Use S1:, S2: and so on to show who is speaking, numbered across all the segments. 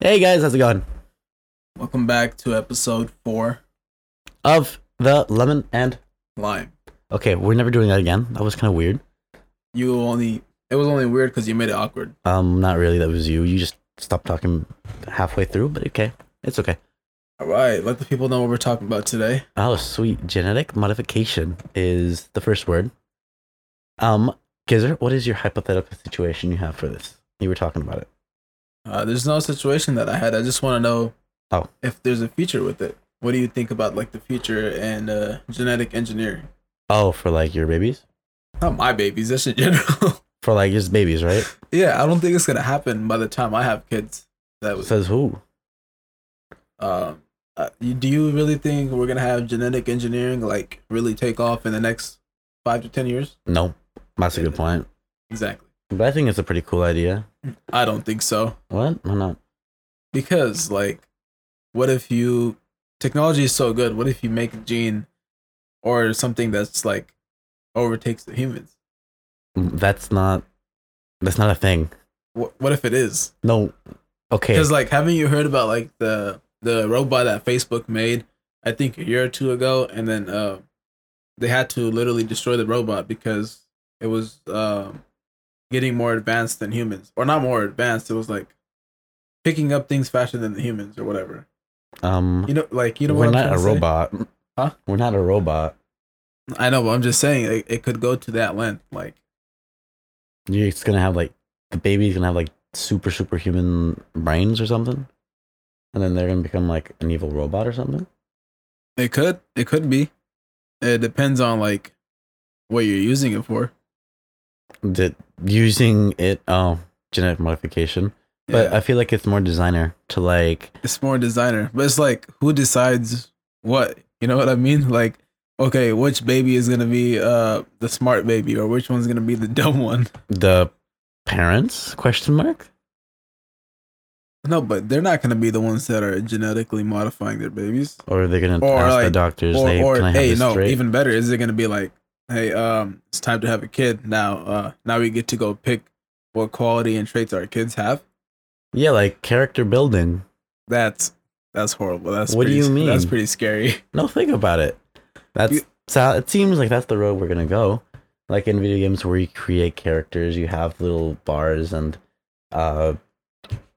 S1: Hey guys, how's it going?
S2: Welcome back to episode four,
S1: Of the lemon and
S2: lime.
S1: okay, we're never doing that again. That was kind of weird.
S2: You only it was only weird because you made it awkward.
S1: Um, not really. That was you. You just stopped talking halfway through, but okay, it's okay.
S2: All right, let the people know what we're talking about today.
S1: Oh, sweet. Genetic modification is the first word. Um, Gizer, what is your hypothetical situation you have for this? You were talking about it.
S2: Uh, there's no situation that I had. I just want to know
S1: Oh.
S2: if there's a future with it. What do you think about like the future and uh, genetic engineering?
S1: Oh, for like your babies,
S2: Not my babies, that's in general.
S1: for like just babies, right?
S2: yeah, I don't think it's gonna happen by the time I have kids. That was,
S1: Says who?
S2: um, uh, you- do you really think we're gonna have genetic engineering like really take off in the next five to ten years?
S1: No, that's a good point.
S2: Exactly.
S1: But I think it's a pretty cool idea.
S2: I don't think so.
S1: What? Why not?
S2: because like what if you technology is so good what if you make a gene or something that's like overtakes the humans
S1: That's not. That's not a thing.
S2: what, what if it is
S1: No. Okay.
S2: because like haven't you heard about like the the robot that facebook made i think a year or two ago and then uh they had to literally destroy the robot because it was um getting more advanced than humans or not more advanced it was like picking up things faster than the humans or whatever
S1: Um,
S2: you know like you know
S1: we're
S2: what I'm
S1: not a
S2: trying to say?
S1: robot.
S2: Huh?
S1: We're not a robot.
S2: I know, but I'm just saying it, it could go to that length. Like,
S1: You're just gonna have like the baby's gonna have like super superhuman brains or something, and then they're gonna become like an evil robot or something.
S2: it could, it could be. It depends on like what you're using it for.
S1: That using it, oh, genetic modification. But
S2: Yeah.
S1: I feel like it's more designer to like.
S2: it's more designer, but it's like who decides what? You know what I mean? Like, okay, which baby is gonna be uh the smart baby, or which one's gonna be the dumb one?
S1: the parents question mark.
S2: No, but they're not gonna be the ones that are genetically modifying their babies.
S1: Or they're gonna
S2: Or,
S1: ask the
S2: like-
S1: doctors,
S2: or,
S1: "Hey,
S2: or
S1: can I have
S2: hey,
S1: this
S2: no,
S1: straight?"
S2: even better is it going to be like, hey, um, it's time to have a kid now. Uh, now we get to go pick what quality and traits our kids have.
S1: yeah, like character building.
S2: That's that's horrible. That's
S1: What do
S2: pretty-
S1: you mean?
S2: That's pretty scary.
S1: No, think about it. That's
S2: You-
S1: so. It seems like that's the road we're gonna go. Like in video games, where you create characters, you have little bars and uh,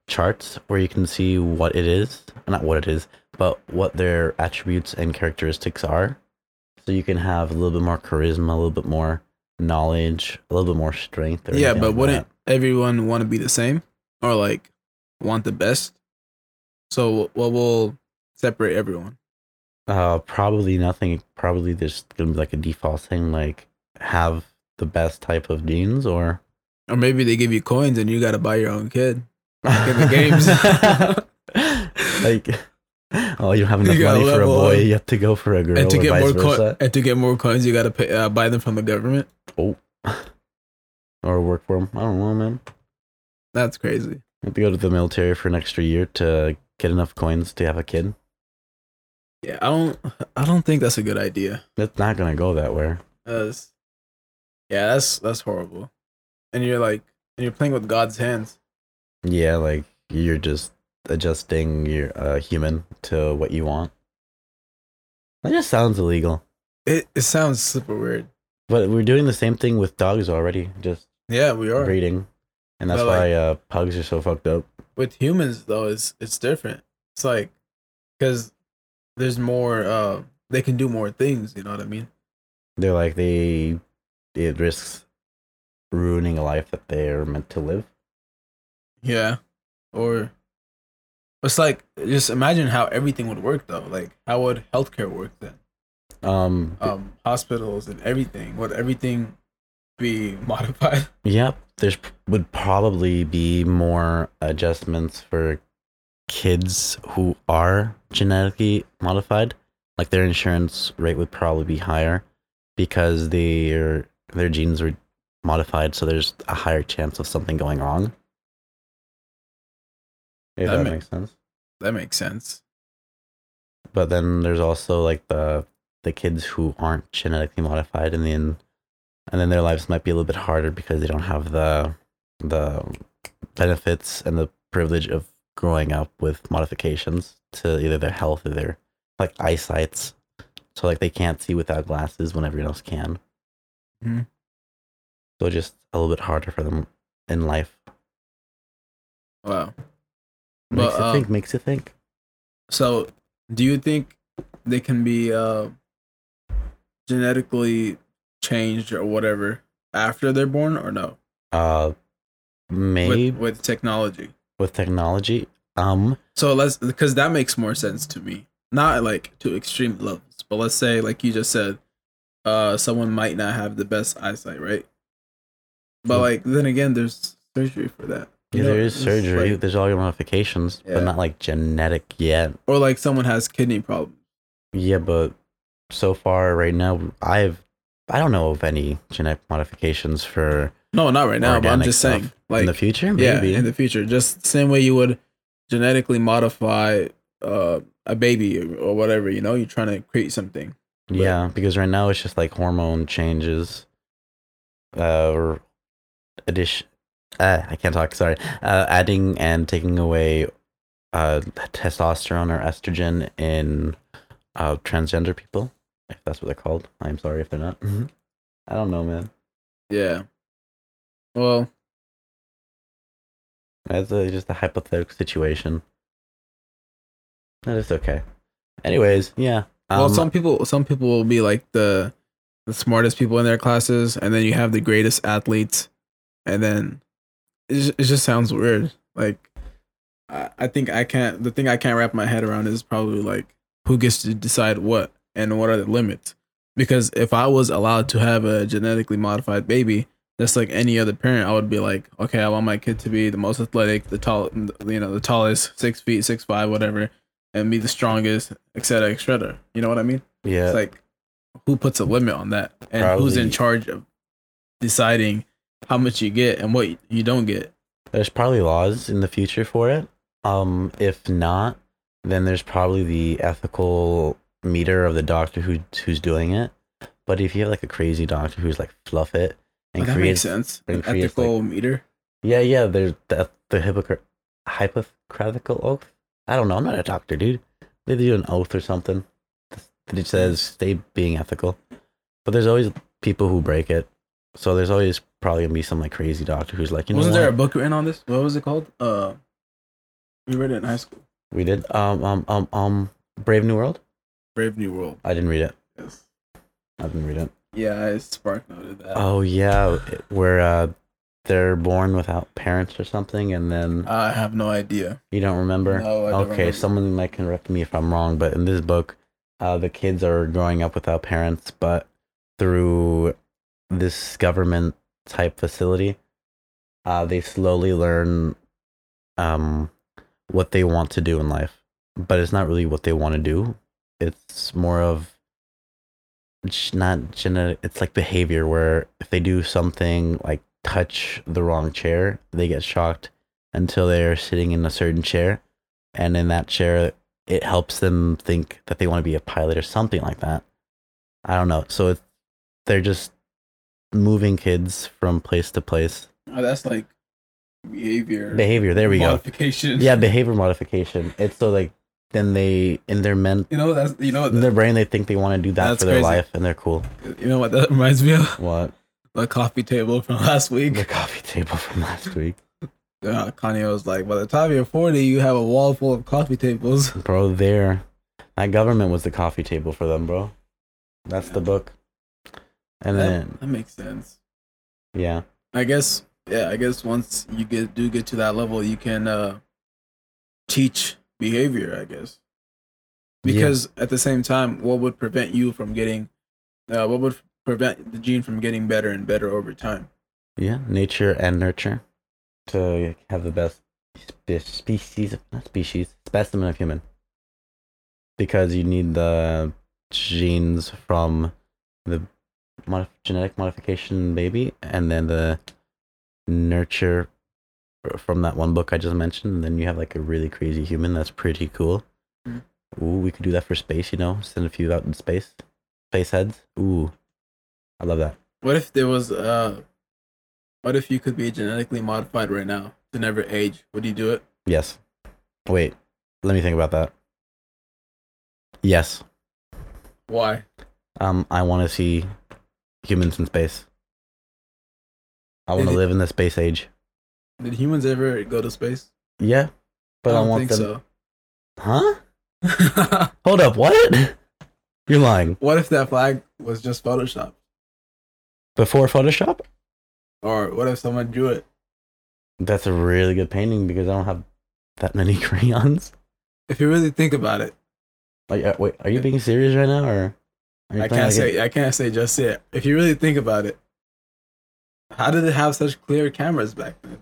S1: charts where you can see what it is, not what it is, but what their attributes and characteristics are. So you can have a little bit more charisma, a little bit more knowledge, a little bit more strength. or
S2: yeah,
S1: anything
S2: but
S1: like
S2: wouldn't everyone want to be the same or like want the best? So what will separate everyone?
S1: that. Uh, probably nothing. Probably there's gonna be like a default thing, like have the best type of genes or.
S2: Or maybe they give you coins and you got to buy your own kid. in the games.
S1: like, oh, you don't have enough
S2: You gotta
S1: money for a
S2: level
S1: boy.
S2: up.
S1: You have to go for a girl,
S2: and to
S1: or
S2: get
S1: vice
S2: more
S1: versa,
S2: coins, and to get more coins, you got to pay uh, buy them from the government.
S1: or work for them. I don't know, man.
S2: That's crazy.
S1: You have to go to the military for an extra year to get enough coins to have a kid.
S2: Yeah, I don't. I don't think that's a good idea.
S1: That's not gonna go that way.
S2: That's, yeah, that's that's horrible. And you're like, and you're playing with God's hands.
S1: Yeah, like you're just adjusting your uh, human to what you want. That just sounds illegal.
S2: It it sounds super weird.
S1: But we're doing the same thing with dogs already, just
S2: Yeah, we are
S1: breeding, and that's
S2: But, like-
S1: why uh, pugs are so fucked up.
S2: with humans though. It's it's different. It's like because there's more. Uh, they can do more things. You know what I mean?
S1: they're like they it risks ruining a life that they're meant to live
S2: Yeah. Or it's like just imagine how everything would work though. Like how would healthcare work then?
S1: um
S2: Um, hospitals and everything. Would everything be modified?
S1: yep there's would probably be more adjustments for kids who are genetically modified like their insurance rate would probably be higher because their their genes were modified so there's a higher chance of something going wrong if
S2: That
S1: that
S2: ma-
S1: makes sense
S2: That makes sense.
S1: but then there's also like the the kids who aren't genetically modified and then and then their lives might be a little bit harder because they don't have the the benefits and the privilege of growing up with modifications to either their health or their like eyesights. So like they can't see without glasses when everyone else can.
S2: Mhm.
S1: So just a little bit harder for them in life.
S2: Wow.
S1: Makes
S2: But,
S1: you
S2: uh,
S1: think. Makes you think.
S2: So, do you think they can be uh, genetically changed or whatever after they're born, or no?
S1: Uh, maybe
S2: With, with technology.
S1: with technology. Um,
S2: So let's, because that makes more sense to me. Not like to extreme levels, but let's say, like you just said, uh, someone might not have the best eyesight, right? But
S1: Hmm.
S2: like, then again, there's surgery for that. You
S1: yeah,
S2: know,
S1: there is
S2: it's
S1: surgery.
S2: like-
S1: There's all your modifications,
S2: Yeah.
S1: but not like genetic yet.
S2: or like someone has kidney problems.
S1: Yeah, but so far right now, I've I don't know of any genetic modifications for
S2: No, not right now. But I'm
S1: Organic
S2: just saying,
S1: stuff.
S2: like
S1: in the future.
S2: yeah
S1: Maybe.
S2: in the future just the same way you would genetically modify uh, a baby or whatever you know you're trying to create something but-
S1: Yeah, because right now it's just like hormone changes, uh, or addition. Uh, I can't talk. Sorry, uh, adding and taking away uh, testosterone or estrogen in uh, transgender people, if that's what they're called. I'm sorry if they're not.
S2: Mm-hmm.
S1: I don't know, man.
S2: yeah well
S1: That's a, just a hypothetical situation. That is okay. Anyways, yeah. Um,
S2: well some people some people will be like the the smartest people in their classes and then you have the greatest athletes and then it just, it just sounds weird like I, I think i can't the thing i can't wrap my head around is probably like who gets to decide what and what are the limits because if i was allowed to have a genetically modified baby just like any other parent i would be like okay i want my kid to be the most athletic the tall you know the tallest six feet six five whatever and be the strongest et cetera et cetera you know what i mean
S1: yeah.
S2: it's like who puts a limit on that and who's in
S1: Probably-
S2: charge of deciding how much you get and what you don't get
S1: There's probably laws in the future for it. Um, if not, then there's probably the ethical meter of the doctor who who's doing it. But if you have like a crazy doctor who's like fluff it and
S2: But Oh, that makes
S1: creates,
S2: sense
S1: and
S2: an
S1: creates,
S2: ethical meter
S1: yeah, yeah, there's the the hypocr- hypocritical oath. I don't know. I'm not a doctor, dude. They do an oath or something that it says stay being ethical. But there's always people who break it. So there's always probably gonna be some like crazy doctor who's like, you know,
S2: wasn't
S1: what?
S2: there a book written on this what was it called uh we read it in high school
S1: we did um um um um Brave New World.
S2: brave new world
S1: I didn't read it.
S2: yes
S1: I didn't read it.
S2: yeah i spark noted that
S1: Oh yeah, it- where uh, they're born without parents or something, and then
S2: i have no idea
S1: you don't remember.
S2: no I don't
S1: okay,
S2: remember.
S1: someone might correct me if I'm wrong, but in this book, uh, the kids are growing up without parents, but through this government type facility, uh, they slowly learn um, what they want to do in life. But it's not really what they want to do. It's more of it's not genetic. It's like behavior where if they do something like touch the wrong chair, they get shocked until they are sitting in a certain chair, and in that chair, it helps them think that they want to be a pilot or something like that. I don't know. So it's, they're just moving kids from place to place.
S2: oh, that's like behavior
S1: Behavior. There we go.
S2: modification
S1: Yeah, behavior modification. It's so like then they in their men
S2: you know that's you know what
S1: in their brain they think they want to do that
S2: That's
S1: for their
S2: crazy.
S1: life and they're cool.
S2: you know what that reminds me of
S1: What
S2: the coffee table from last week
S1: the coffee table from last week,
S2: Uh, Kanye was like, by the time you're 40, you have a wall full of coffee tables.
S1: bro? There, that government was the coffee table for them, bro. That's the book. And then
S2: That, that makes sense.
S1: yeah,
S2: I guess, yeah, I guess once you get do get to that level, you can uh, teach behavior, I guess.
S1: Yeah.
S2: Because at the same time, what would prevent you from getting, uh, what would prevent the gene from getting better and better over time?
S1: yeah, nature and nurture to have the best spe- species, not species, specimen of human. Because you need the genes from the modif- genetic modification baby, and then the nurture from that one book I just mentioned. And then you have like a really crazy human that's pretty cool.
S2: Mm.
S1: Ooh, we could do that for space, you know, send a few out in space, space heads. Ooh, I love that.
S2: What if there was, uh, what if you could be genetically modified right now to never age? Would you do it?
S1: Yes. Wait, let me think about that. Yes.
S2: Why?
S1: Um, I want to see humans in space. I want to
S2: Is it-
S1: live in the space age.
S2: Did humans ever go to space?
S1: Yeah, but I,
S2: don't
S1: want
S2: think
S1: them. Huh?
S2: so.
S1: Hold up, what? You're lying.
S2: what if that flag was just Photoshop?
S1: Before Photoshop?
S2: Or what if someone drew it?
S1: That's a really good painting because I don't have that many crayons.
S2: If you really think about it,
S1: Like, uh, wait, are you being serious right now, or are you playing
S2: I can't
S1: like a-
S2: say I can't say just yet. If you really think about it, how did they have such clear cameras back then?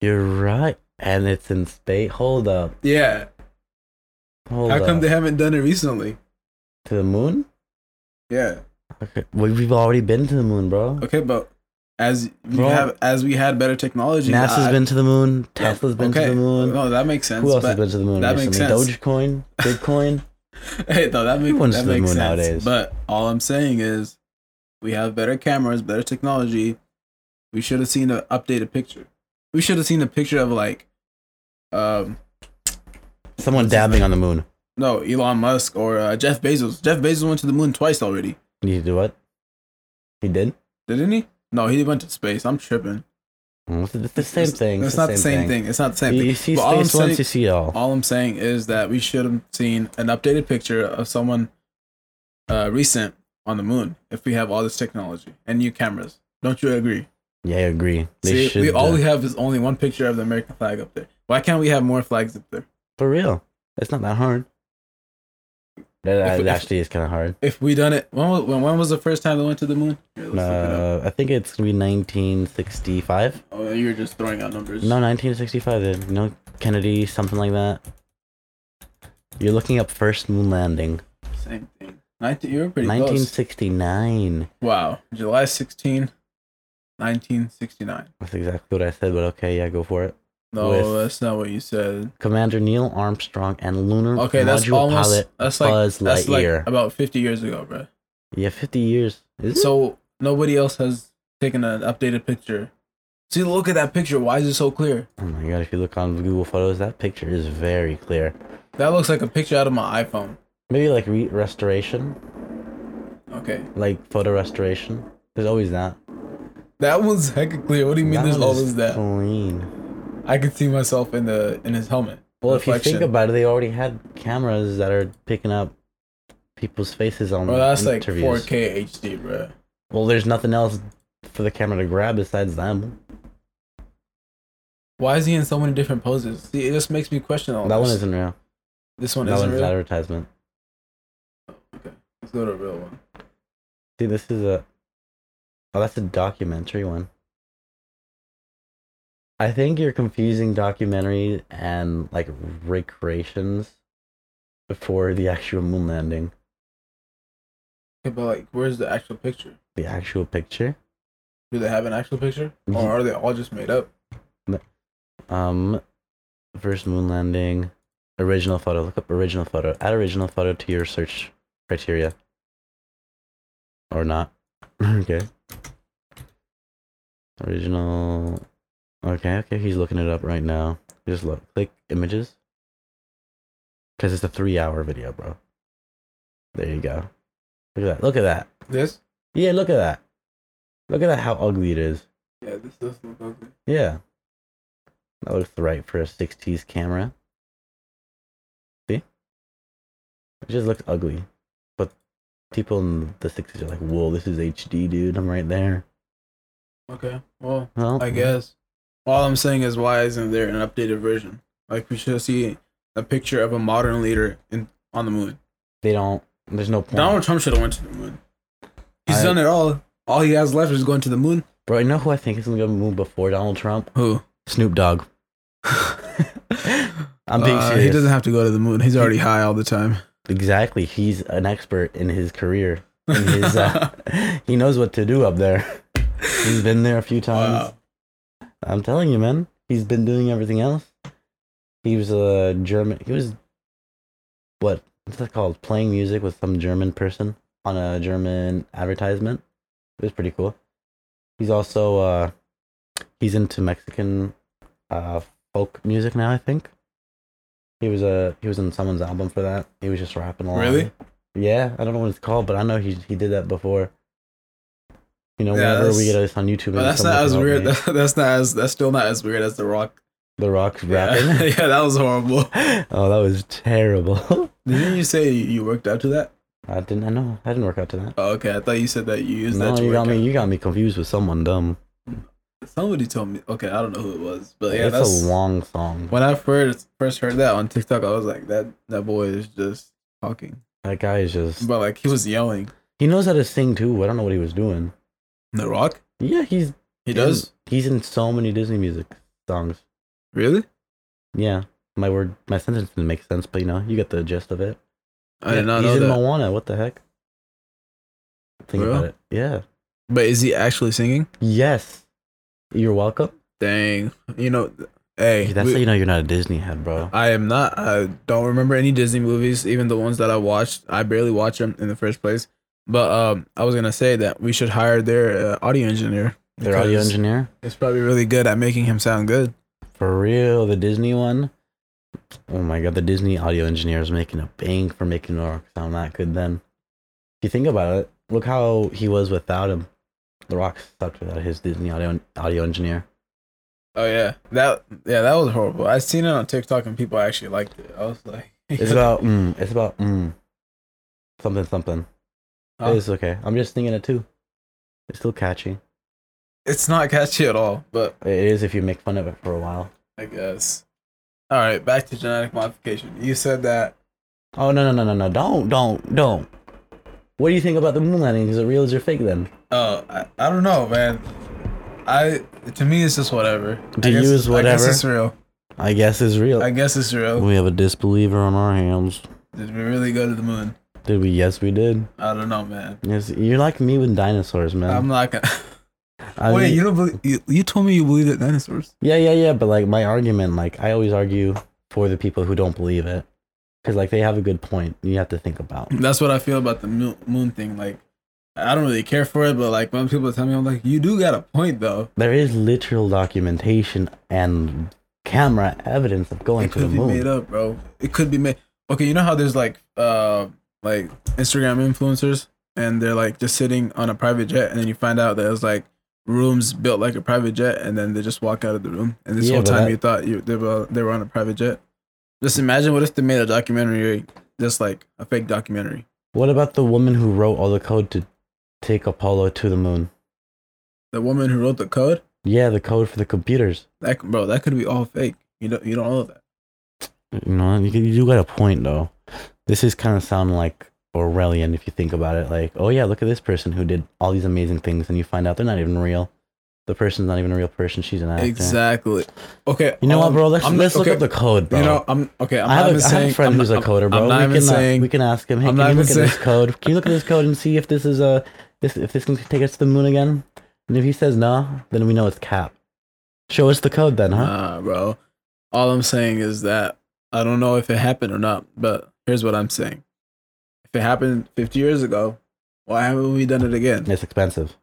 S1: You're right, and it's in space. Hold up,
S2: Yeah.
S1: hold
S2: how
S1: up.
S2: come they haven't done it recently?
S1: to the moon?
S2: Yeah.
S1: Okay, we- we've already been to the moon, bro.
S2: Okay, but as we
S1: Bro.
S2: have as we had better technology,
S1: NASA's
S2: I-
S1: been to the moon.
S2: Yeah,
S1: Tesla's been
S2: okay.
S1: to the moon.
S2: No, that makes sense.
S1: Who else has
S2: but,
S1: been to the moon
S2: that
S1: recently?
S2: makes sense.
S1: Dogecoin, Bitcoin.
S2: Hey, no, that, make,
S1: Everyone's
S2: that
S1: to the
S2: makes
S1: moon
S2: sense.
S1: nowadays.
S2: But all I'm saying is, we have better cameras, better technology. We should have seen an updated picture. We should have seen a picture of like, um,
S1: Someone
S2: What's his
S1: dabbing
S2: name?
S1: on the moon.
S2: no, Elon Musk or uh, Jeff Bezos. Jeff Bezos went to the moon twice already,
S1: You do what? He did.
S2: didn't he? No, he went to space. I'm tripping.
S1: Mm, It's the, it's the same
S2: Hmm, It's-
S1: thing.
S2: It's, not the same thing. It's not the same
S1: You, you see
S2: thing. But all I'm
S1: space once,
S2: saying-
S1: you see it all.
S2: All I'm saying is that we should have seen an updated picture of someone uh, recent on the moon if we have all this technology and new cameras. Don't you agree?
S1: Yeah, I agree. They
S2: See,
S1: should.
S2: we, all
S1: uh,
S2: we have is only one picture of the American flag up there. Why can't we have more flags up there?
S1: for real. It's not that hard. That
S2: If-
S1: that
S2: if-
S1: actually is kind of hard.
S2: If we done it, when was, when, when was the first time they went to the moon? Here, let's look it up.
S1: Uh, I think it's gonna be 1965.
S2: Oh, you were just throwing out numbers.
S1: No, 1965. Dude. No Kennedy, something like that. You're looking up first moon landing.
S2: same thing. 19, you were pretty close.
S1: 1969.
S2: Wow, July 16, 1969.
S1: That's exactly what I said. But okay, yeah, go for it.
S2: No,
S1: With-
S2: that's not what you said.
S1: Commander Neil Armstrong and lunar
S2: Okay, that's
S1: module
S2: almost
S1: pilot
S2: that's like
S1: Buzz
S2: that's like
S1: Lightyear.
S2: about 50 years ago, bro.
S1: yeah, 50 years. Is it?
S2: So nobody else has taken an updated picture. See, look at that picture. Why is it so clear?
S1: oh my god! If you look on Google Photos, that picture is very clear.
S2: That looks like a picture out of my iPhone.
S1: Maybe like re- restoration,
S2: Okay.
S1: like photo restoration. There's always that.
S2: That one's hecka clear. What do you mean
S1: That
S2: there's
S1: one is
S2: always that?
S1: Clean.
S2: I could see myself in the in his helmet.
S1: Well, if you think
S2: Reflection.
S1: about it, they already had cameras that are picking up people's faces on
S2: Bro, that's like
S1: interviews.
S2: 4K HD, bro.
S1: Well, there's nothing else for the camera to grab besides them.
S2: Why is he in so many different poses? See, it just makes me question all
S1: that
S2: this.
S1: one isn't real.
S2: This Oh, one
S1: that
S2: isn't
S1: one's
S2: real.
S1: an advertisement.
S2: Okay, let's go to a real one.
S1: See, this is a. Oh, that's a documentary one. I think you're confusing documentary and like recreations for the actual moon landing.
S2: Okay, but like, where's the actual picture?
S1: The actual picture.
S2: Do they have an actual picture,
S1: Mhm.
S2: or are they all just made up?
S1: Um, first moon landing, original photo. Look up original photo. Add original photo to your search criteria. Or not. okay. Original. Okay, okay. He's looking it up right now. Just look. Click images. Cause it's a three-hour video, bro. There you go. Look at that. Look at that.
S2: This?
S1: Yeah, look at that. Look at that. How ugly it is.
S2: Yeah, this does look ugly.
S1: Yeah. That looks right for a 60s camera. See? It just looks ugly. But people in the 60s are like, whoa, this is HD, dude. I'm right there.
S2: Okay, well,
S1: Well,
S2: I guess. All I'm saying is, why isn't there an updated version? Like, we should see a picture of a modern leader in on the moon.
S1: They don't, there's no point.
S2: Donald Trump should have went to the moon. He's
S1: I-
S2: done it all. All he has left is going to the moon.
S1: Bro, you know who I think is going to go to the moon before Donald Trump?
S2: Who?
S1: Snoop Dogg. I'm being
S2: Uh,
S1: serious.
S2: He doesn't have to go to the moon. He's already high all the time.
S1: exactly. He's an expert in his career. In his, uh, he knows what to do up there. He's been there a few times.
S2: Wow.
S1: I'm telling you, man. He's been doing everything else. He was a German. He was what? What's that called? Playing music with some German person on a German advertisement. It was pretty cool. He's also uh, he's into Mexican uh, folk music now. I think He was a he was in someone's album for that. He was just rapping along.
S2: Really?
S1: Yeah, I don't know what it's called, but I know he he did that before. You know,
S2: Yeah,
S1: whenever we
S2: that's-
S1: get this on YouTube,
S2: But
S1: and
S2: that's
S1: someone
S2: not as
S1: can help
S2: weird.
S1: me,
S2: That, that's not as. That's still not as weird as the rock.
S1: the Rock's
S2: Yeah,
S1: rapping.
S2: yeah that was horrible.
S1: oh, that was terrible.
S2: Didn't you say you- you worked out to that?
S1: I didn't. I know. I didn't work out to that.
S2: Oh, okay. I thought you said that you used
S1: no,
S2: that to
S1: you
S2: work
S1: got
S2: out.
S1: me. You got me confused with someone dumb.
S2: Somebody told me. Okay, I don't know who it was, but yeah,
S1: it's
S2: that's
S1: a long song.
S2: when I first first heard that on TikTok. I was like, that that boy is just talking,
S1: That guy is just.
S2: but like he was yelling.
S1: He knows how to sing too. I don't know what he was doing.
S2: The Rock.
S1: Yeah, he's
S2: He does
S1: He's in so many Disney music songs.
S2: really.
S1: Yeah, my word, my sentence didn't make sense, but you know, you get the gist of it.
S2: I did not
S1: he's
S2: know
S1: in
S2: that.
S1: Moana. What the heck? Think
S2: For
S1: about
S2: real?
S1: it. Yeah.
S2: but is he actually singing?
S1: Yes. You're welcome.
S2: Dang, you know, hey,
S1: That's
S2: we- Uh,
S1: how you know you're not a Disney head, bro.
S2: I am not. I don't remember any Disney movies, even the ones that I watched. I barely watched them in the first place. But um, I was gonna say that we should hire their uh, audio engineer.
S1: Their audio
S2: because
S1: engineer.
S2: It's probably really good at making him sound good.
S1: For real, the Disney one. Oh my god, the Disney audio engineer is making a bank for making Rock sound that good then. If you think about it, look how he was without him. The Rock sucked without his Disney audio audio engineer.
S2: Oh yeah, that yeah, that was horrible. I seen it on TikTok and people actually liked it. I was like,
S1: It's about mm, it's about mm, something something.
S2: Huh?
S1: It's okay. I'm just singing it too. It's still catchy.
S2: it's not catchy at all. But
S1: It is if you make fun of it for a while.
S2: I guess. All right, back to genetic modification. You said that.
S1: Oh no no no no no! Don't don't don't. What do you think about the moon landing? Is it real? Is it fake? Then
S2: Oh, I, I don't know, man. I to me it's just whatever.
S1: To
S2: I guess
S1: you,
S2: it's-
S1: it's
S2: I guess
S1: whatever.
S2: it's real.
S1: I guess it's real.
S2: I guess it's real.
S1: we have a disbeliever on our hands.
S2: Did we really go to the moon?
S1: Did we? Yes, we did.
S2: I don't know, man.
S1: Yes, you're like me with dinosaurs, man.
S2: I'm not gonna.
S1: I
S2: Um, Wait,
S1: mean-
S2: you don't believe? You, you told me you believed in dinosaurs.
S1: Yeah, yeah, yeah. But like my argument, like I always argue for the people who don't believe it, because like they have a good point. You have to think about.
S2: That's what I feel about the moon, moon thing. Like, I don't really care for it, but like when people tell me, I'm like, you do got a point though.
S1: There is literal documentation and camera evidence of going
S2: It
S1: to the
S2: could be made
S1: moon.
S2: up, bro. It could be made. Okay, you know how there's like uh like Instagram influencers and they're like just sitting on a private jet, and then you find out that it was like rooms built like a private jet, and then they just walk out of the room, and this
S1: Yeah,
S2: whole
S1: but
S2: time
S1: that-
S2: you thought you they were they were on a private jet. Just imagine what if they made a documentary, just like a fake documentary.
S1: What about the woman who wrote all the code to take Apollo to the moon?
S2: The woman who wrote the code,
S1: Yeah, the code for the computers.
S2: that bro, that could be all fake. You don't you don't know that.
S1: You know, you, you do got a point though. This is kind of sound like Orwellian if you think about it. Like, oh yeah, look at this person who did all these amazing things, and you find out they're not even real. The person's not even a real person. She's an actor.
S2: Exactly. Okay.
S1: You know what,
S2: um,
S1: bro? Let's,
S2: I'm not-
S1: let's look
S2: okay,
S1: up the code, bro.
S2: You know, I'm okay. I'm
S1: I have,
S2: not
S1: a-
S2: even
S1: I have
S2: saying
S1: a friend
S2: I'm
S1: who's a
S2: not- I'm-
S1: coder, bro.
S2: I'm not
S1: we,
S2: even
S1: can, uh,
S2: saying
S1: we can ask him. Hey,
S2: I'm
S1: can
S2: not
S1: you
S2: even
S1: look at this
S2: saying-
S1: code? Can you look at this code and see if this is uh, this if this can take us to the moon again? And if he says no, then we know it's cap. Show us the code then, huh?
S2: Nah, bro. All I'm saying is that I don't know if it happened or not, but here's what I'm saying. If it happened 50 years ago, why haven't we done it again?
S1: it's expensive.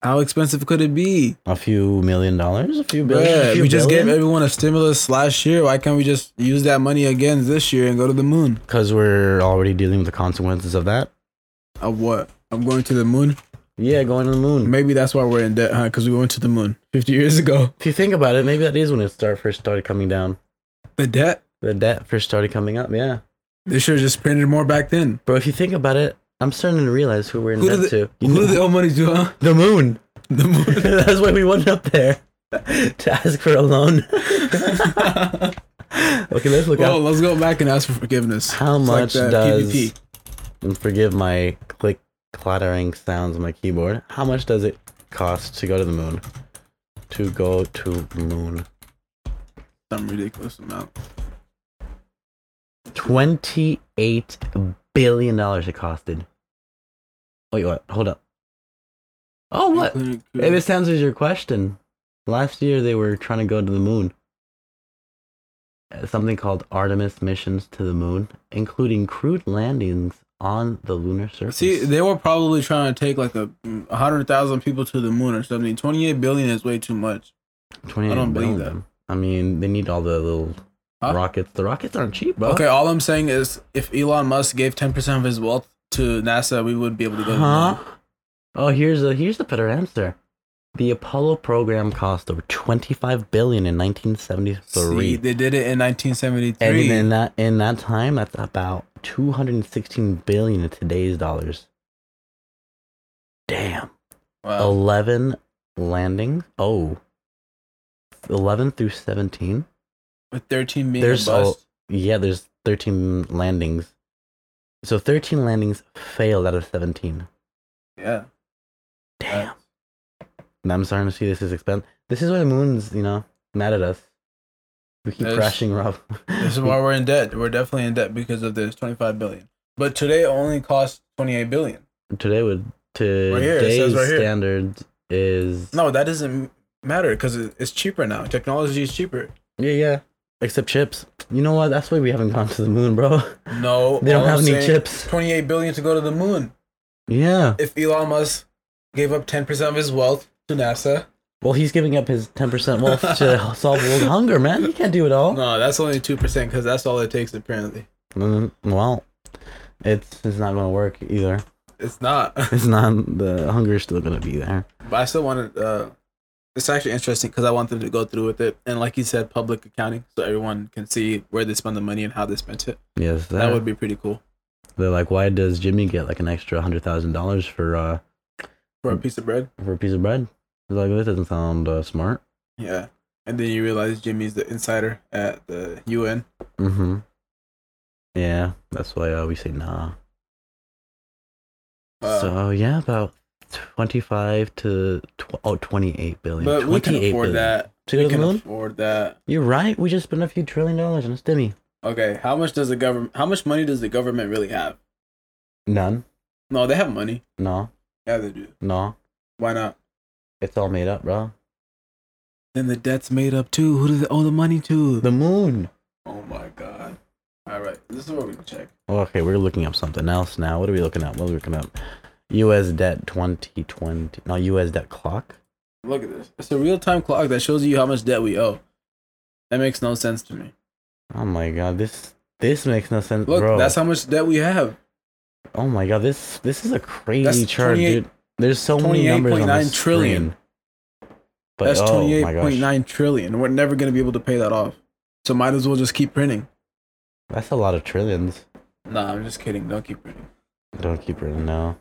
S2: How expensive could it be?
S1: A few million dollars, a few billion. a
S2: Bruh,
S1: few
S2: we just gave
S1: billion?
S2: everyone a stimulus last year. Why can't we just use that money again this year and go to the moon?
S1: because we're already dealing with the consequences of that.
S2: Of what? I'm going to the moon.
S1: Yeah, going to the moon.
S2: Maybe that's why we're in debt, huh? Because we went to the moon 50 years ago.
S1: If you think about it, maybe that is when it start first started coming down.
S2: The debt?
S1: The debt first started coming up. Yeah,
S2: They should have just printed more back then.
S1: bro. If you think about it, I'm starting to realize who we're in
S2: Who
S1: debt
S2: did
S1: to.
S2: the,
S1: You
S2: who
S1: know-
S2: did they owe money to, huh?
S1: the moon.
S2: The moon.
S1: That's why we went up there to ask for a loan. okay, let's look
S2: Well,
S1: up.
S2: let's go back and ask for forgiveness.
S1: How
S2: It's
S1: much
S2: the
S1: does-
S2: PvP.
S1: And forgive my click clattering sounds on my keyboard. How much does it cost to go to the moon? To go to moon.
S2: some ridiculous amount?
S1: Twenty-eight billion dollars it costed. Wait, what? Hold up. Oh, what?
S2: uh,
S1: Hey, this answers your question. Last year they were trying to go to the moon. Uh, Something called Artemis missions to the moon, including crude landings on the lunar surface.
S2: See, they were probably trying to take like a a hundred thousand people to the moon or something. Twenty-eight billion is way too much.
S1: 28
S2: I don't believe
S1: billion. I mean, they need all the little
S2: Huh?
S1: Rockets. The rockets aren't cheap, bro.
S2: Okay, all I'm saying is if Elon Musk gave 10% of his wealth to NASA, we would be able to go. to the
S1: Huh?
S2: moon.
S1: Oh, here's a here's the better answer. The Apollo program cost over 25 billion in
S2: See,
S1: 1973.
S2: they did it in 1973.
S1: And in that in that time, that's about 216 billion in today's dollars. Damn.
S2: wow.
S1: 11 landings. Oh. 11 through 17.
S2: With 13 being
S1: There's
S2: a bust.
S1: Yeah, there's 13 landings. So 13 landings failed out of 17.
S2: yeah. uh,
S1: Damn. And I'm starting to see this is expensive. This is why the moon's, you know, mad at us. We keep
S2: This-
S1: crashing, Rob.
S2: This is why we're in debt. We're definitely in debt because of this 25 billion. But today it only costs 28 billion.
S1: Today would
S2: Right here, it
S1: today's
S2: says right here.
S1: standard is
S2: No, that doesn't matter because it's cheaper now. Technology is cheaper.
S1: yeah yeah. Except chips. You know what? That's why we haven't gone to the moon, bro.
S2: No,
S1: They don't
S2: all
S1: have
S2: I'm
S1: any
S2: saying-
S1: chips.
S2: 28 billion to go to the moon.
S1: Yeah.
S2: If Elon Musk gave up 10% of his wealth to NASA,
S1: Well, he's giving up his ten percent wealth to solve world hunger, man. He can't do it all.
S2: no, that's only 2% because that's all it takes, apparently.
S1: Mm, Well, it's it's not gonna work either.
S2: It's not.
S1: It's not the hunger's still gonna be there.
S2: but I still wanted, uh, it's actually interesting because I want them to go through with it. And like you said, public accounting so everyone can see where they spend the money and how they spent it.
S1: Yes,
S2: That would be pretty cool
S1: They're like, why does Jimmy get like an extra hundred thousand dollars for uh
S2: for a piece of bread.
S1: for a piece of bread? They're like, this doesn't sound uh, smart.
S2: Yeah. And then you realize Jimmy's the insider at the UN.
S1: Mm-hmm. Yeah, that's why uh, we say nah.
S2: Uh,
S1: so yeah, about twenty-five to tw- oh, 28 billion.
S2: but we can
S1: 28
S2: afford
S1: billion.
S2: that.
S1: To go
S2: We
S1: to the
S2: can
S1: moon?
S2: afford that.
S1: You're right. We just spent a few trillion dollars on a stimmy.
S2: Okay, how much does the government? How much money does the government really have?
S1: None.
S2: No, they have money.
S1: No.
S2: Yeah, they do.
S1: No.
S2: Why not?
S1: It's all made up, bro.
S2: Then the debt's made up too. Who does it owe the money to?
S1: The moon.
S2: oh my god! All right, this is where we can check.
S1: Okay, we're looking up something else now. What are we looking up? What are we looking up? U.S. debt 2020. No, U.S. debt clock.
S2: Look at this. It's a real-time clock that shows you how much debt we owe. That makes no sense to me.
S1: Oh my god, this this makes no sense,
S2: Look,
S1: bro.
S2: that's how much debt we have.
S1: oh my god, this this is a crazy
S2: That's
S1: chart,
S2: 28
S1: dude. There's so many numbers on
S2: 28.9
S1: this
S2: trillion.
S1: screen. But
S2: that's
S1: oh
S2: twenty-eight
S1: my gosh,
S2: point nine trillion. We're never gonna be able to pay that off. So might as well just keep printing.
S1: that's a lot of trillions.
S2: Nah, I'm just kidding. Don't keep printing.
S1: I don't keep it no.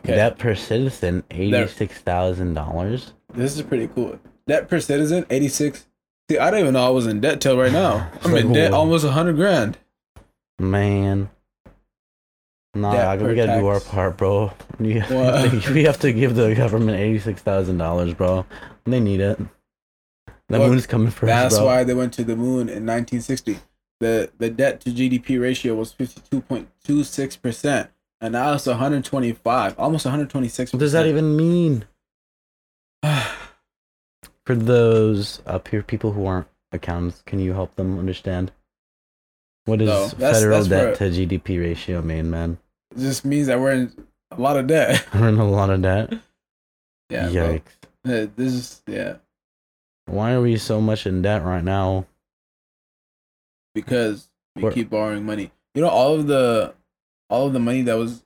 S2: Okay.
S1: Debt per citizen eighty six thousand dollars.
S2: This is pretty cool. Debt per citizen, eighty six. See, I don't even know I was in debt till right now. I'm in debt almost a hundred grand.
S1: Man. Nah,
S2: Debt
S1: I-
S2: per
S1: we gotta do our
S2: tax.
S1: part, bro. We have,
S2: What?
S1: to, we have to give the government eighty six thousand dollars, bro. They need it. The
S2: Look,
S1: moon's coming first,
S2: That's
S1: bro.
S2: why they went to the moon in nineteen sixty. The the debt to GDP ratio was fifty two point two six percent, and now it's one hundred twenty five, almost one hundred twenty six.
S1: What does that even mean? For those up here, people who aren't accountants, can you help them understand? What is
S2: No, that's-
S1: federal
S2: that's
S1: debt to GDP ratio mean, man?
S2: just means that we're in a lot of debt?
S1: We're in a lot of debt.
S2: yeah. bro.
S1: Yikes.
S2: Uh, This is yeah
S1: Why are we so much in debt right now?
S2: because we
S1: We're-
S2: keep borrowing money. You know, all of the all of the money that was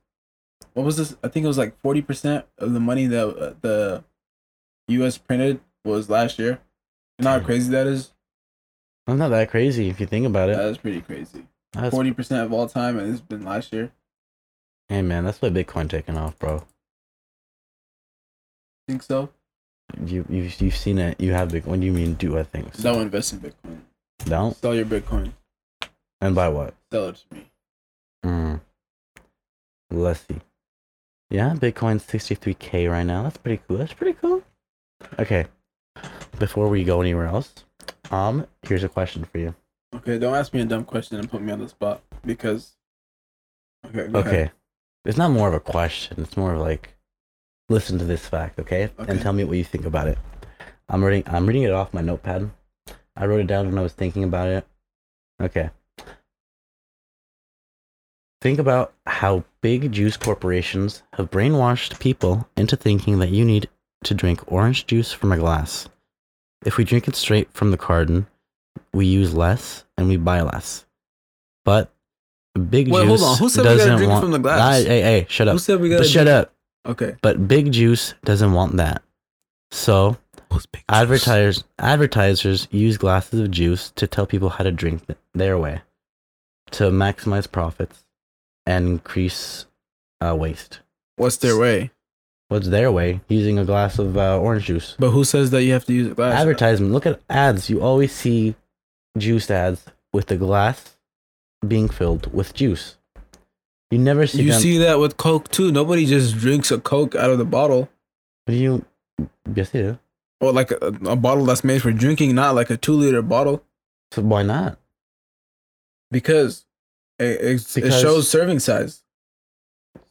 S2: what was this? I think it was like forty percent of the money that uh, the U.S. printed was last year. You know how
S1: Damn.
S2: crazy that is?
S1: I'm not that crazy if you think about it.
S2: That's pretty crazy.
S1: That's-
S2: Forty percent of all time, and it's been last year.
S1: hey, man, that's why Bitcoin taking off, bro.
S2: Think so?
S1: You, you've, you've seen it. You have Bitcoin. What do you mean do I think? so?
S2: Don't invest in Bitcoin.
S1: Don't?
S2: Sell your Bitcoin.
S1: And by what?
S2: Sell it to me.
S1: Mm. Let's see. Yeah, Bitcoin's 63k right now. That's pretty cool. That's pretty cool. Okay. Before we go anywhere else, um, here's a question for you.
S2: Okay, don't ask me a dumb question and put me on the spot because. Okay. Go
S1: Okay.
S2: Ahead.
S1: It's not more of a question. It's more of like, listen to this fact, okay?
S2: Okay.
S1: And tell me what you think about it. I'm reading. I'm reading it off my notepad. I wrote it down when I was thinking about it. Okay. Think about how big juice corporations have brainwashed people into thinking that you need to drink orange juice from a glass. If we drink it straight from the carton, we use less and we buy less. But Big
S2: Wait,
S1: Juice
S2: hold on. Who said we gotta
S1: doesn't
S2: drink it
S1: want
S2: from the glass?
S1: Nah, hey, hey, shut
S2: Who
S1: up!
S2: said we got
S1: But shut up!
S2: Okay.
S1: But Big Juice doesn't want that. So
S2: Who's big
S1: advertisers advertisers use glasses of juice to tell people how to drink th- their way, to maximize profits and increase uh, waste.
S2: What's their way?
S1: What's their way? Using a glass of uh, orange juice.
S2: But who says that you have to use a glass?
S1: advertisement. Look at ads. You always see juice ads with the glass being filled with juice. You never see
S2: You
S1: them.
S2: see that with Coke too. Nobody just drinks a Coke out of the bottle
S1: What do you? Yes, you do.
S2: or like a, a bottle that's made for drinking, not like a two liter bottle,
S1: So why not?
S2: because it, it's- it,
S1: Because-
S2: shows serving size.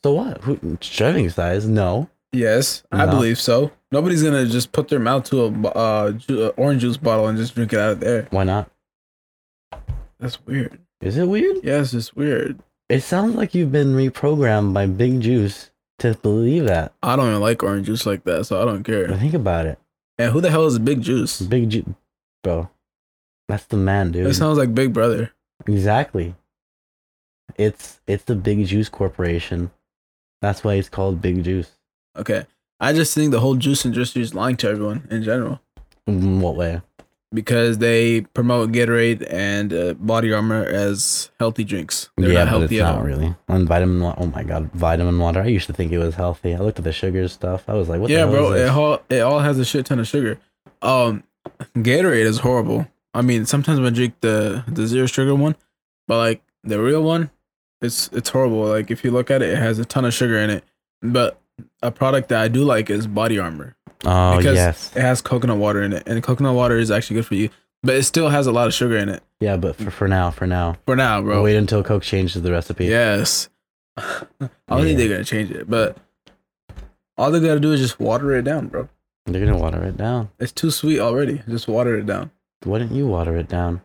S1: So what? Who, serving size? No.
S2: Yes, I
S1: No.
S2: believe so. Nobody's gonna just put their mouth to a bo- uh, ju- uh, orange juice bottle and just drink it out of there.
S1: Why not?
S2: That's weird.
S1: Is it weird?
S2: Yes, it's weird.
S1: It sounds like you've been reprogrammed by Big Juice to believe that.
S2: I don't even like orange juice like that, so I don't
S1: But
S2: care.
S1: think about it,
S2: And who the hell is Big Juice?
S1: Big Juice, bro. That's the man, dude.
S2: It sounds like Big Brother.
S1: Exactly. It's it's the Big Juice Corporation. That's why it's called Big Juice.
S2: Okay, I just think the whole juice industry is lying to everyone in general.
S1: In Mm, what way?
S2: because they promote Gatorade and uh, Body Armor as healthy drinks. They're not
S1: but it's
S2: healthy at
S1: not
S2: all.
S1: really. And vitamin water. Oh my god, vitamin water. I used to think it was healthy. I looked at the sugar stuff. I was like, what
S2: yeah,
S1: the hell
S2: bro,
S1: is
S2: it
S1: this?
S2: all it all has a shit ton of sugar. Um, Gatorade is horrible. I mean, sometimes when I drink the the zero sugar one, but like the real one, it's it's horrible. Like if you look at it, it has a ton of sugar in it. But a product that I do like is Body Armor.
S1: Oh
S2: because
S1: yes.
S2: It has coconut water in it, and coconut water is actually good for you. But it still has a lot of sugar in it
S1: Yeah, but for, for now, for now.
S2: for now, bro.
S1: Wait until Coke changes the recipe.
S2: Yes. I don't think
S1: Yeah.
S2: they're gonna change it, but all they gotta do is just water it down, bro.
S1: They're gonna water it down.
S2: It's too sweet already. Just water it down,
S1: Why didn't you water it down?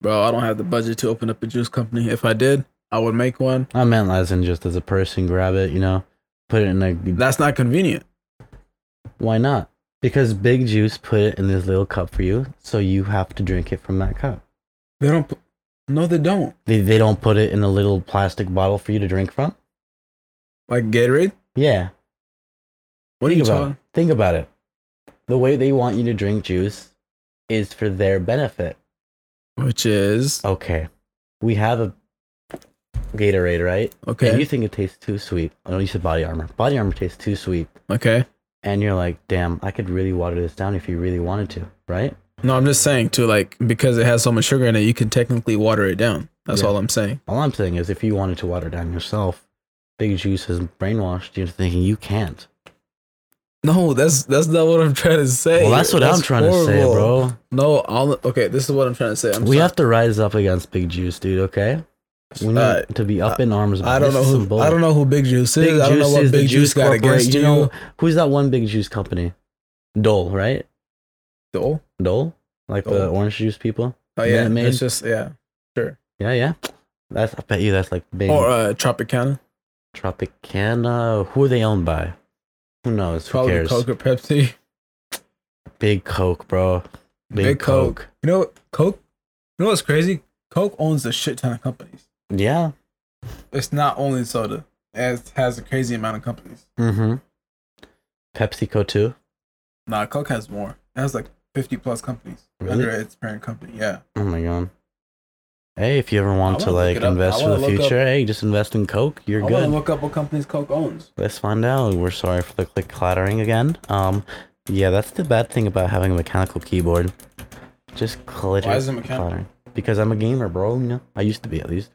S2: bro. I don't have the budget to open up a juice company. If I did, I would make one.
S1: I meant as in just as a person, grab it, you know, put it in a
S2: That's not convenient.
S1: Why not? Because Big Juice put it in this little cup for you, so you have to drink it from that cup.
S2: They don't. Pu- no, they don't.
S1: They, they don't put it in a little plastic bottle for you to drink from?
S2: Like Gatorade.
S1: Yeah.
S2: What
S1: Think
S2: are you
S1: about
S2: talking?
S1: it. Think about it. The way they want you to drink juice is for their benefit.
S2: Which is
S1: Okay. We have a Gatorade, right? And
S2: okay.
S1: you think it tastes too sweet. Oh, no, you said body armor. Body armor tastes too sweet.
S2: Okay.
S1: And you're like, damn, I could really water this down if you really wanted to, right?
S2: No, I'm just saying too. Like because it has so much sugar in it, you can technically water it down. That's
S1: Yeah.
S2: all I'm saying.
S1: All I'm saying is, if you wanted to water down yourself, Big Juice has brainwashed you into thinking you can't.
S2: No, that's that's not what I'm trying to say.
S1: well, that's what I'm trying to say,
S2: horrible.
S1: bro.
S2: No, all okay. This is what I'm trying to say. I'm
S1: we
S2: sorry.
S1: have to rise up against Big Juice, dude. Okay, we need
S2: Uh,
S1: to be up in arms.
S2: I
S1: About
S2: don't know
S1: this. This is
S2: who
S1: some bull.
S2: I don't know who Big Juice is.
S1: Big
S2: I don't know
S1: Juice
S2: what
S1: is the
S2: Big Juice, got
S1: corporate-
S2: against you.
S1: You know who's that one Big Juice company? Dole, right?
S2: Dole?
S1: Dole, like the
S2: Dole.
S1: orange juice people.
S2: Oh yeah,
S1: Minute Maid?
S2: it's just yeah, sure.
S1: Yeah, yeah. That's I bet you that's like Big
S2: Or uh, Tropicana,
S1: Tropicana. Who are they owned by? Who knows? Who
S2: probably
S1: cares?
S2: Coke or Pepsi.
S1: Big Coke, bro. Big,
S2: Big Coke.
S1: Coke.
S2: You know Coke. You know what's crazy? Coke owns a shit ton of companies.
S1: Yeah.
S2: It's not only soda. It has a crazy amount of companies.
S1: Mm-hmm. PepsiCo too.
S2: Nah, Coke has more. It has like fifty plus companies
S1: Really?
S2: under its parent company. Yeah.
S1: Oh my god. Hey, if you ever want
S2: I
S1: to
S2: wanna look
S1: like
S2: it up.
S1: invest
S2: I
S1: for
S2: wanna
S1: the
S2: look
S1: future, hey, just invest in Coke. You're
S2: I want to
S1: good.
S2: look up what companies Coke owns.
S1: Let's find out. We're sorry for the click clattering again. Um, yeah, that's the bad thing about having a mechanical keyboard. Just clitter
S2: Why is it mechanical?
S1: clattering. Because I'm a gamer, bro. You know, I used to be at least.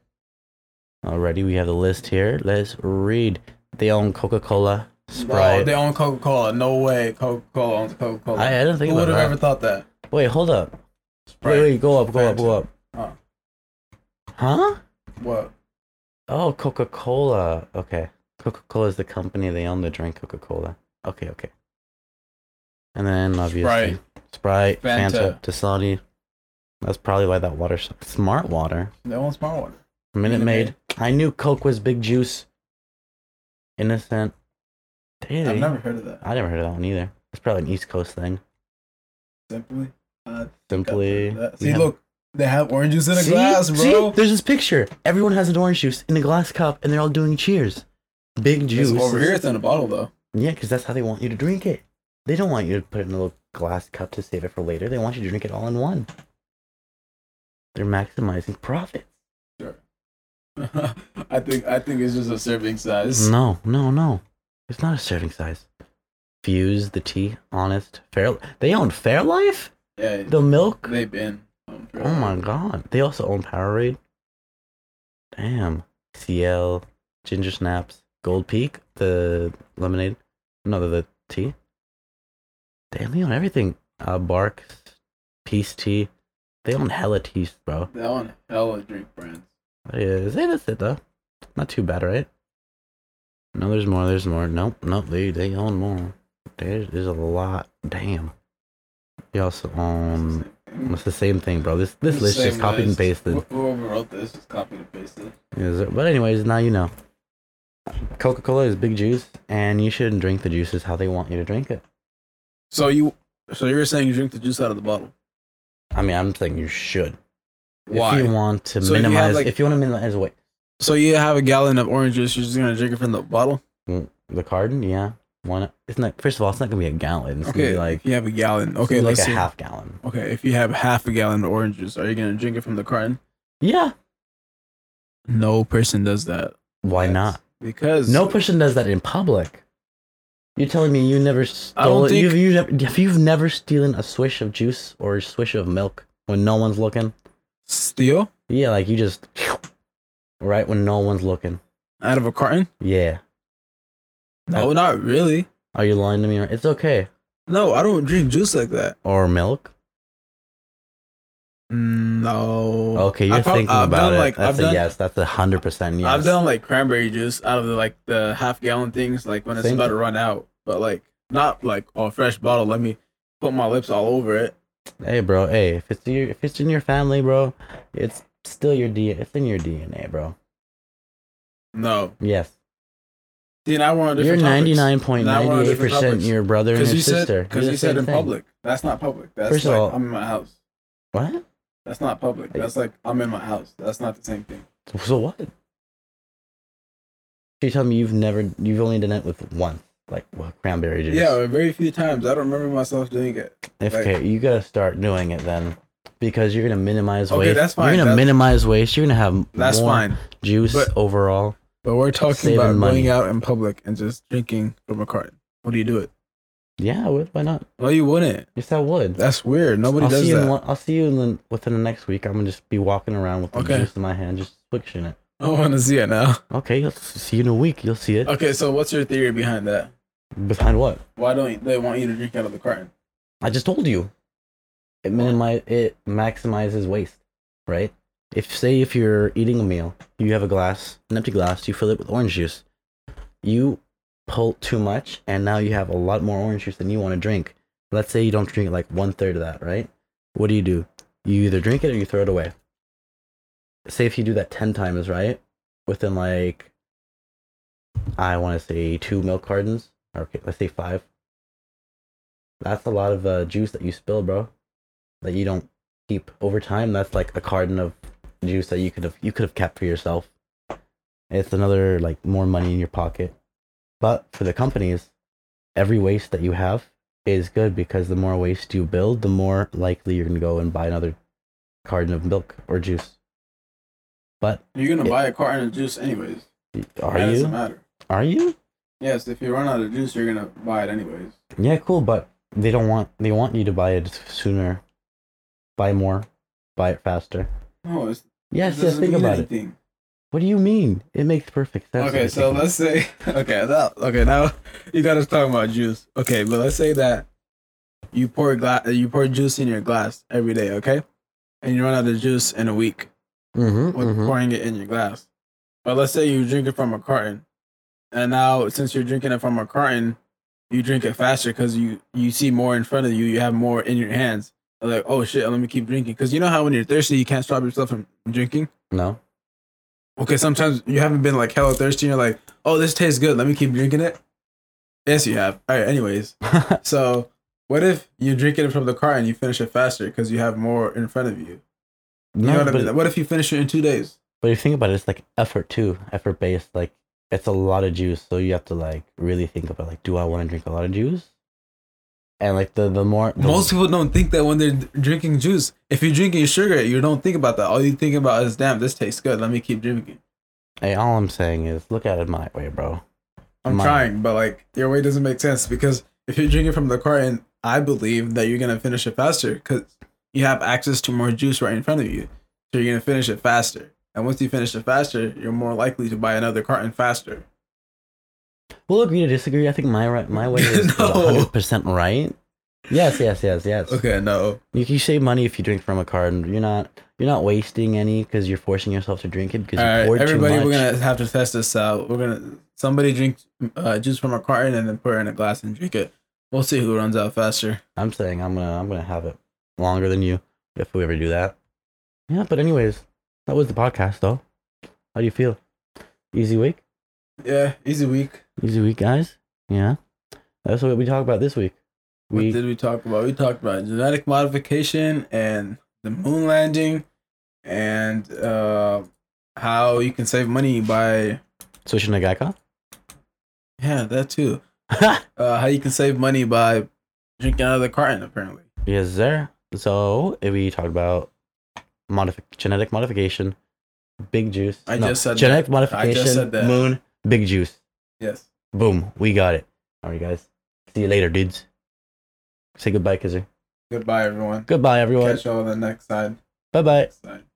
S1: Alrighty, we have the list here. Let's read. They own Coca-Cola,
S2: Bro,
S1: Sprite.
S2: they own Coca Cola. No way, Coca Cola owns Coca Cola.
S1: I, I didn't think
S2: Who
S1: about
S2: would have
S1: that.
S2: ever thought that?
S1: Wait, hold up.
S2: Sprite. Oh.
S1: Wait, wait, go up, go up, go up.
S2: Huh.
S1: Huh?
S2: What?
S1: Oh, Coca Cola. Okay. Coca Cola is the company they own the drink Coca Cola. Okay, okay. And then obviously Sprite, Fanta,
S2: Fanta.
S1: Dasani. That's probably why that water sucks. Smart water.
S2: They own Smart Water.
S1: Minute
S2: Minute
S1: Maid. I knew Coke was big juice. Innocent. Dang.
S2: I've never heard of that.
S1: I never heard of that one either. It's probably an East Coast thing.
S2: Simply. Uh,
S1: Simply.
S2: that-
S1: we
S2: See,
S1: have-
S2: look, they have orange juice in a
S1: See?
S2: glass,
S1: See?
S2: bro.
S1: There's this picture. Everyone has an orange juice in a glass cup, and they're all doing cheers. Big
S2: It's
S1: juice.
S2: over here, it's in a bottle though.
S1: Yeah, because that's how they want you to drink it. They don't want you to put it in a little glass cup to save it for later. They want you to drink it all in one. They're maximizing profits.
S2: I think I think it's just a serving size.
S1: No, no, no. It's not a serving size. Fuse, the tea, honest, fair. They own Fairlife?
S2: Yeah,
S1: The milk?
S2: they've been. um, for-
S1: Oh my god. They also own Powerade. Damn. CL, Ginger Snaps, Gold Peak, the lemonade. No, the- the tea. Damn, they own everything. Uh, Barks, Peace Tea. They own hella teas, bro.
S2: That one, hella drink brands.
S1: That is, hey, that's it, though. Not too bad, right? No, there's more, there's more. Nope, nope, they, they own more. There's, there's a lot. Damn. They also own... It's the same thing, bro. This Um, this list just copied and pasted.
S2: Whoever wrote this just copied and pasted.
S1: Is it- But anyways, now you know. Coca Cola is big juice, and you shouldn't drink the juices how they want you to drink it.
S2: So you, so you're saying you drink the juice out of the bottle?
S1: I mean, I'm saying you should.
S2: Why?
S1: If you want to
S2: So if you have,
S1: minimize, if you,
S2: like-
S1: want to minimize what
S2: so you have a gallon of orange juice. You're just gonna drink it from the bottle?
S1: the carton, yeah, why not? It's not. First of all, it's not gonna be a gallon. It's gonna
S2: Okay,
S1: be like
S2: you have a gallon.
S1: okay,
S2: Okay,
S1: like
S2: let's
S1: a
S2: see.
S1: half gallon.
S2: Okay, if you have half a gallon of orange juice, are you gonna drink it from the carton?
S1: Yeah,
S2: No person does that.
S1: why
S2: That's-
S1: not?
S2: Because
S1: No person does that in public. You're telling me you never
S2: I don't
S1: stole?
S2: think-
S1: You've, you've, never, if you've never stolen a swish of juice or a swish of milk when no one's looking.
S2: steal
S1: Yeah, like you just right when no one's looking.
S2: out of a carton.
S1: Yeah.
S2: No, not really.
S1: Are you lying to me? It's okay.
S2: No, I don't drink juice like that.
S1: Or milk.
S2: No.
S1: Okay, you're
S2: I prob-
S1: thinking
S2: I've
S1: about
S2: done,
S1: it.
S2: like,
S1: that's
S2: I've
S1: a
S2: done-
S1: yes. That's a hundred percent Oh, yes.
S2: I've done like cranberry juice out of the, like the half gallon things, like when it's
S1: Same
S2: about
S1: thing.
S2: to run out, but like not like a fresh bottle. Let me put my lips all over it.
S1: Hey, bro. Hey, if it's your, if it's in your family, bro, it's still your D. It's in your DNA, bro.
S2: No,
S1: Yes.
S2: see, now we're on
S1: You're
S2: different.
S1: ninety nine point ninety eight percent your brother and
S2: because
S1: your
S2: you
S1: sister.
S2: said because
S1: Do
S2: you
S1: the
S2: said
S1: same
S2: in
S1: thing.
S2: public. That's not public. That's
S1: First of
S2: like,
S1: all-
S2: I'm in my house.
S1: What?
S2: That's not public. That's like I'm in my house. That's not the same thing.
S1: So what? So you tell me you've never, you've only done it with once, like what, cranberry juice.
S2: Yeah, very few times. I don't remember myself doing it.
S1: If,
S2: Like-
S1: okay, you gotta start doing it then, because you're gonna minimize
S2: Okay,
S1: waste.
S2: that's fine,
S1: You're gonna
S2: that's-
S1: minimize waste. You're gonna have
S2: That's
S1: more
S2: fine.
S1: juice
S2: but-
S1: overall.
S2: But we're talking
S1: Saving
S2: about
S1: money.
S2: going out in public and just drinking from a carton. What do you do it?
S1: Yeah, I would. Why not?
S2: Well, you wouldn't.
S1: Yes, I would.
S2: That's weird. Nobody
S1: I'll
S2: does
S1: see you.
S2: that.
S1: In one, I'll see you in the, within the next week. I'm gonna just be walking around with the
S2: Okay.
S1: juice in my hand, just swishing it.
S2: I want to see it now.
S1: Okay, you'll see you in a week. You'll see it.
S2: Okay, so what's your theory behind that?
S1: Behind what?
S2: Why don't they want you to drink out of the carton?
S1: I just told you. It minimize it maximizes waste, right? If say if you're eating a meal, you have a glass, an empty glass, you fill it with orange juice. You pull too much and now you have a lot more orange juice than you want to drink. Let's say you don't drink like one third of that, right? What do you do? You either drink it or you throw it away. Say if you do that ten times, right? Within like I wanna say two milk cartons. Okay, let's say five. That's a lot of uh, juice that you spill, bro. That you don't keep over time. That's like a carton of juice that you could have you could have kept for yourself. It's another like more money in your pocket. But for the companies, every waste that you have is good because the more waste you build, the more likely you're gonna go and buy another carton of milk or juice. But
S2: You're gonna buy a carton of juice anyways.
S1: are
S2: that doesn't
S1: you?
S2: matter.
S1: Are you?
S2: Yes, if you run out of juice, you're gonna buy it anyways.
S1: Yeah, cool, but they don't want they want you to buy it sooner, buy more, buy it faster.
S2: No, it's,
S1: Yes,
S2: it
S1: yes.
S2: doesn't
S1: Think
S2: mean
S1: about it.
S2: anything.
S1: What do you mean? It makes perfect sense.
S2: okay,
S1: if you
S2: so
S1: think
S2: let's say okay now okay now you got us talking about juice. Okay, but let's say that you pour glass you pour juice in your glass every day, okay, and you run out of juice in a week
S1: about it. Mhm,
S2: with
S1: mhm.
S2: pouring it in your glass. But let's say you drink it from a carton, and now since you're drinking it from a carton, you drink it faster because you you see more in front of you. You have more in your hands. You're like oh shit, let me keep drinking because you know how when you're thirsty you can't stop yourself from drinking.
S1: No.
S2: Okay, sometimes you haven't been like hella thirsty. And you're like, oh, this tastes good. Let me keep drinking it. Yes, you have. All right. Anyways, so What if you drink it from the car and you finish it faster because you have more in front of you? You know what I
S1: but,
S2: mean? What if you finish it in two days?
S1: but if you think about it, it's like effort too, effort based. Like it's a lot of juice, so you have to like really think about like, do I want to drink a lot of juice? And like the the more the,
S2: Most people don't think that when they're d- drinking juice. If you're drinking sugar, you don't think about that. All you think about is, damn, this tastes good. Let me keep drinking.
S1: hey, all I'm saying is look at it my way, bro.
S2: I'm
S1: Mine.
S2: trying, but like your way doesn't make sense because if you're drinking from the carton, I believe that you're gonna finish it faster because you have access to more juice right in front of you, so you're gonna finish it faster. And once you finish it faster, you're more likely to buy another carton faster.
S1: We'll agree to disagree. I think my right, my way is
S2: No.
S1: 100 percent right. Yes, yes, yes, yes.
S2: Okay, no,
S1: You, you save money if you drink from a card, and you're not you're not wasting any because you're forcing yourself to drink it because
S2: all
S1: you
S2: right,
S1: poured
S2: everybody,
S1: too much.
S2: we're gonna have to test this out. We're gonna somebody drink uh, juice from a carton and then put it in a glass and drink it. We'll see who runs out faster.
S1: I'm saying I'm gonna I'm gonna have it longer than you if we ever do that. Yeah, but anyways, that was the podcast though. How do you feel? Easy week,
S2: Yeah, easy week.
S1: easy week, guys. Yeah, that's what we talk about this week.
S2: What
S1: We
S2: did we talk about? We talked about genetic modification and the moon landing, and uh, how you can save money by
S1: switching to Geico.
S2: yeah that too. Uh, how you can save money by drinking out of the carton apparently.
S1: Yes, sir. So we talked about modifi- genetic modification, big juice.
S2: I just said
S1: genetic
S2: I
S1: modification.
S2: just said that.
S1: Moon, big juice.
S2: Yes.
S1: Boom, we got it. All right, guys. See you later, dudes. Say goodbye, Kizzer.
S2: Goodbye, everyone.
S1: Goodbye, everyone.
S2: Catch y'all on the next side.
S1: Bye bye.
S2: Next side.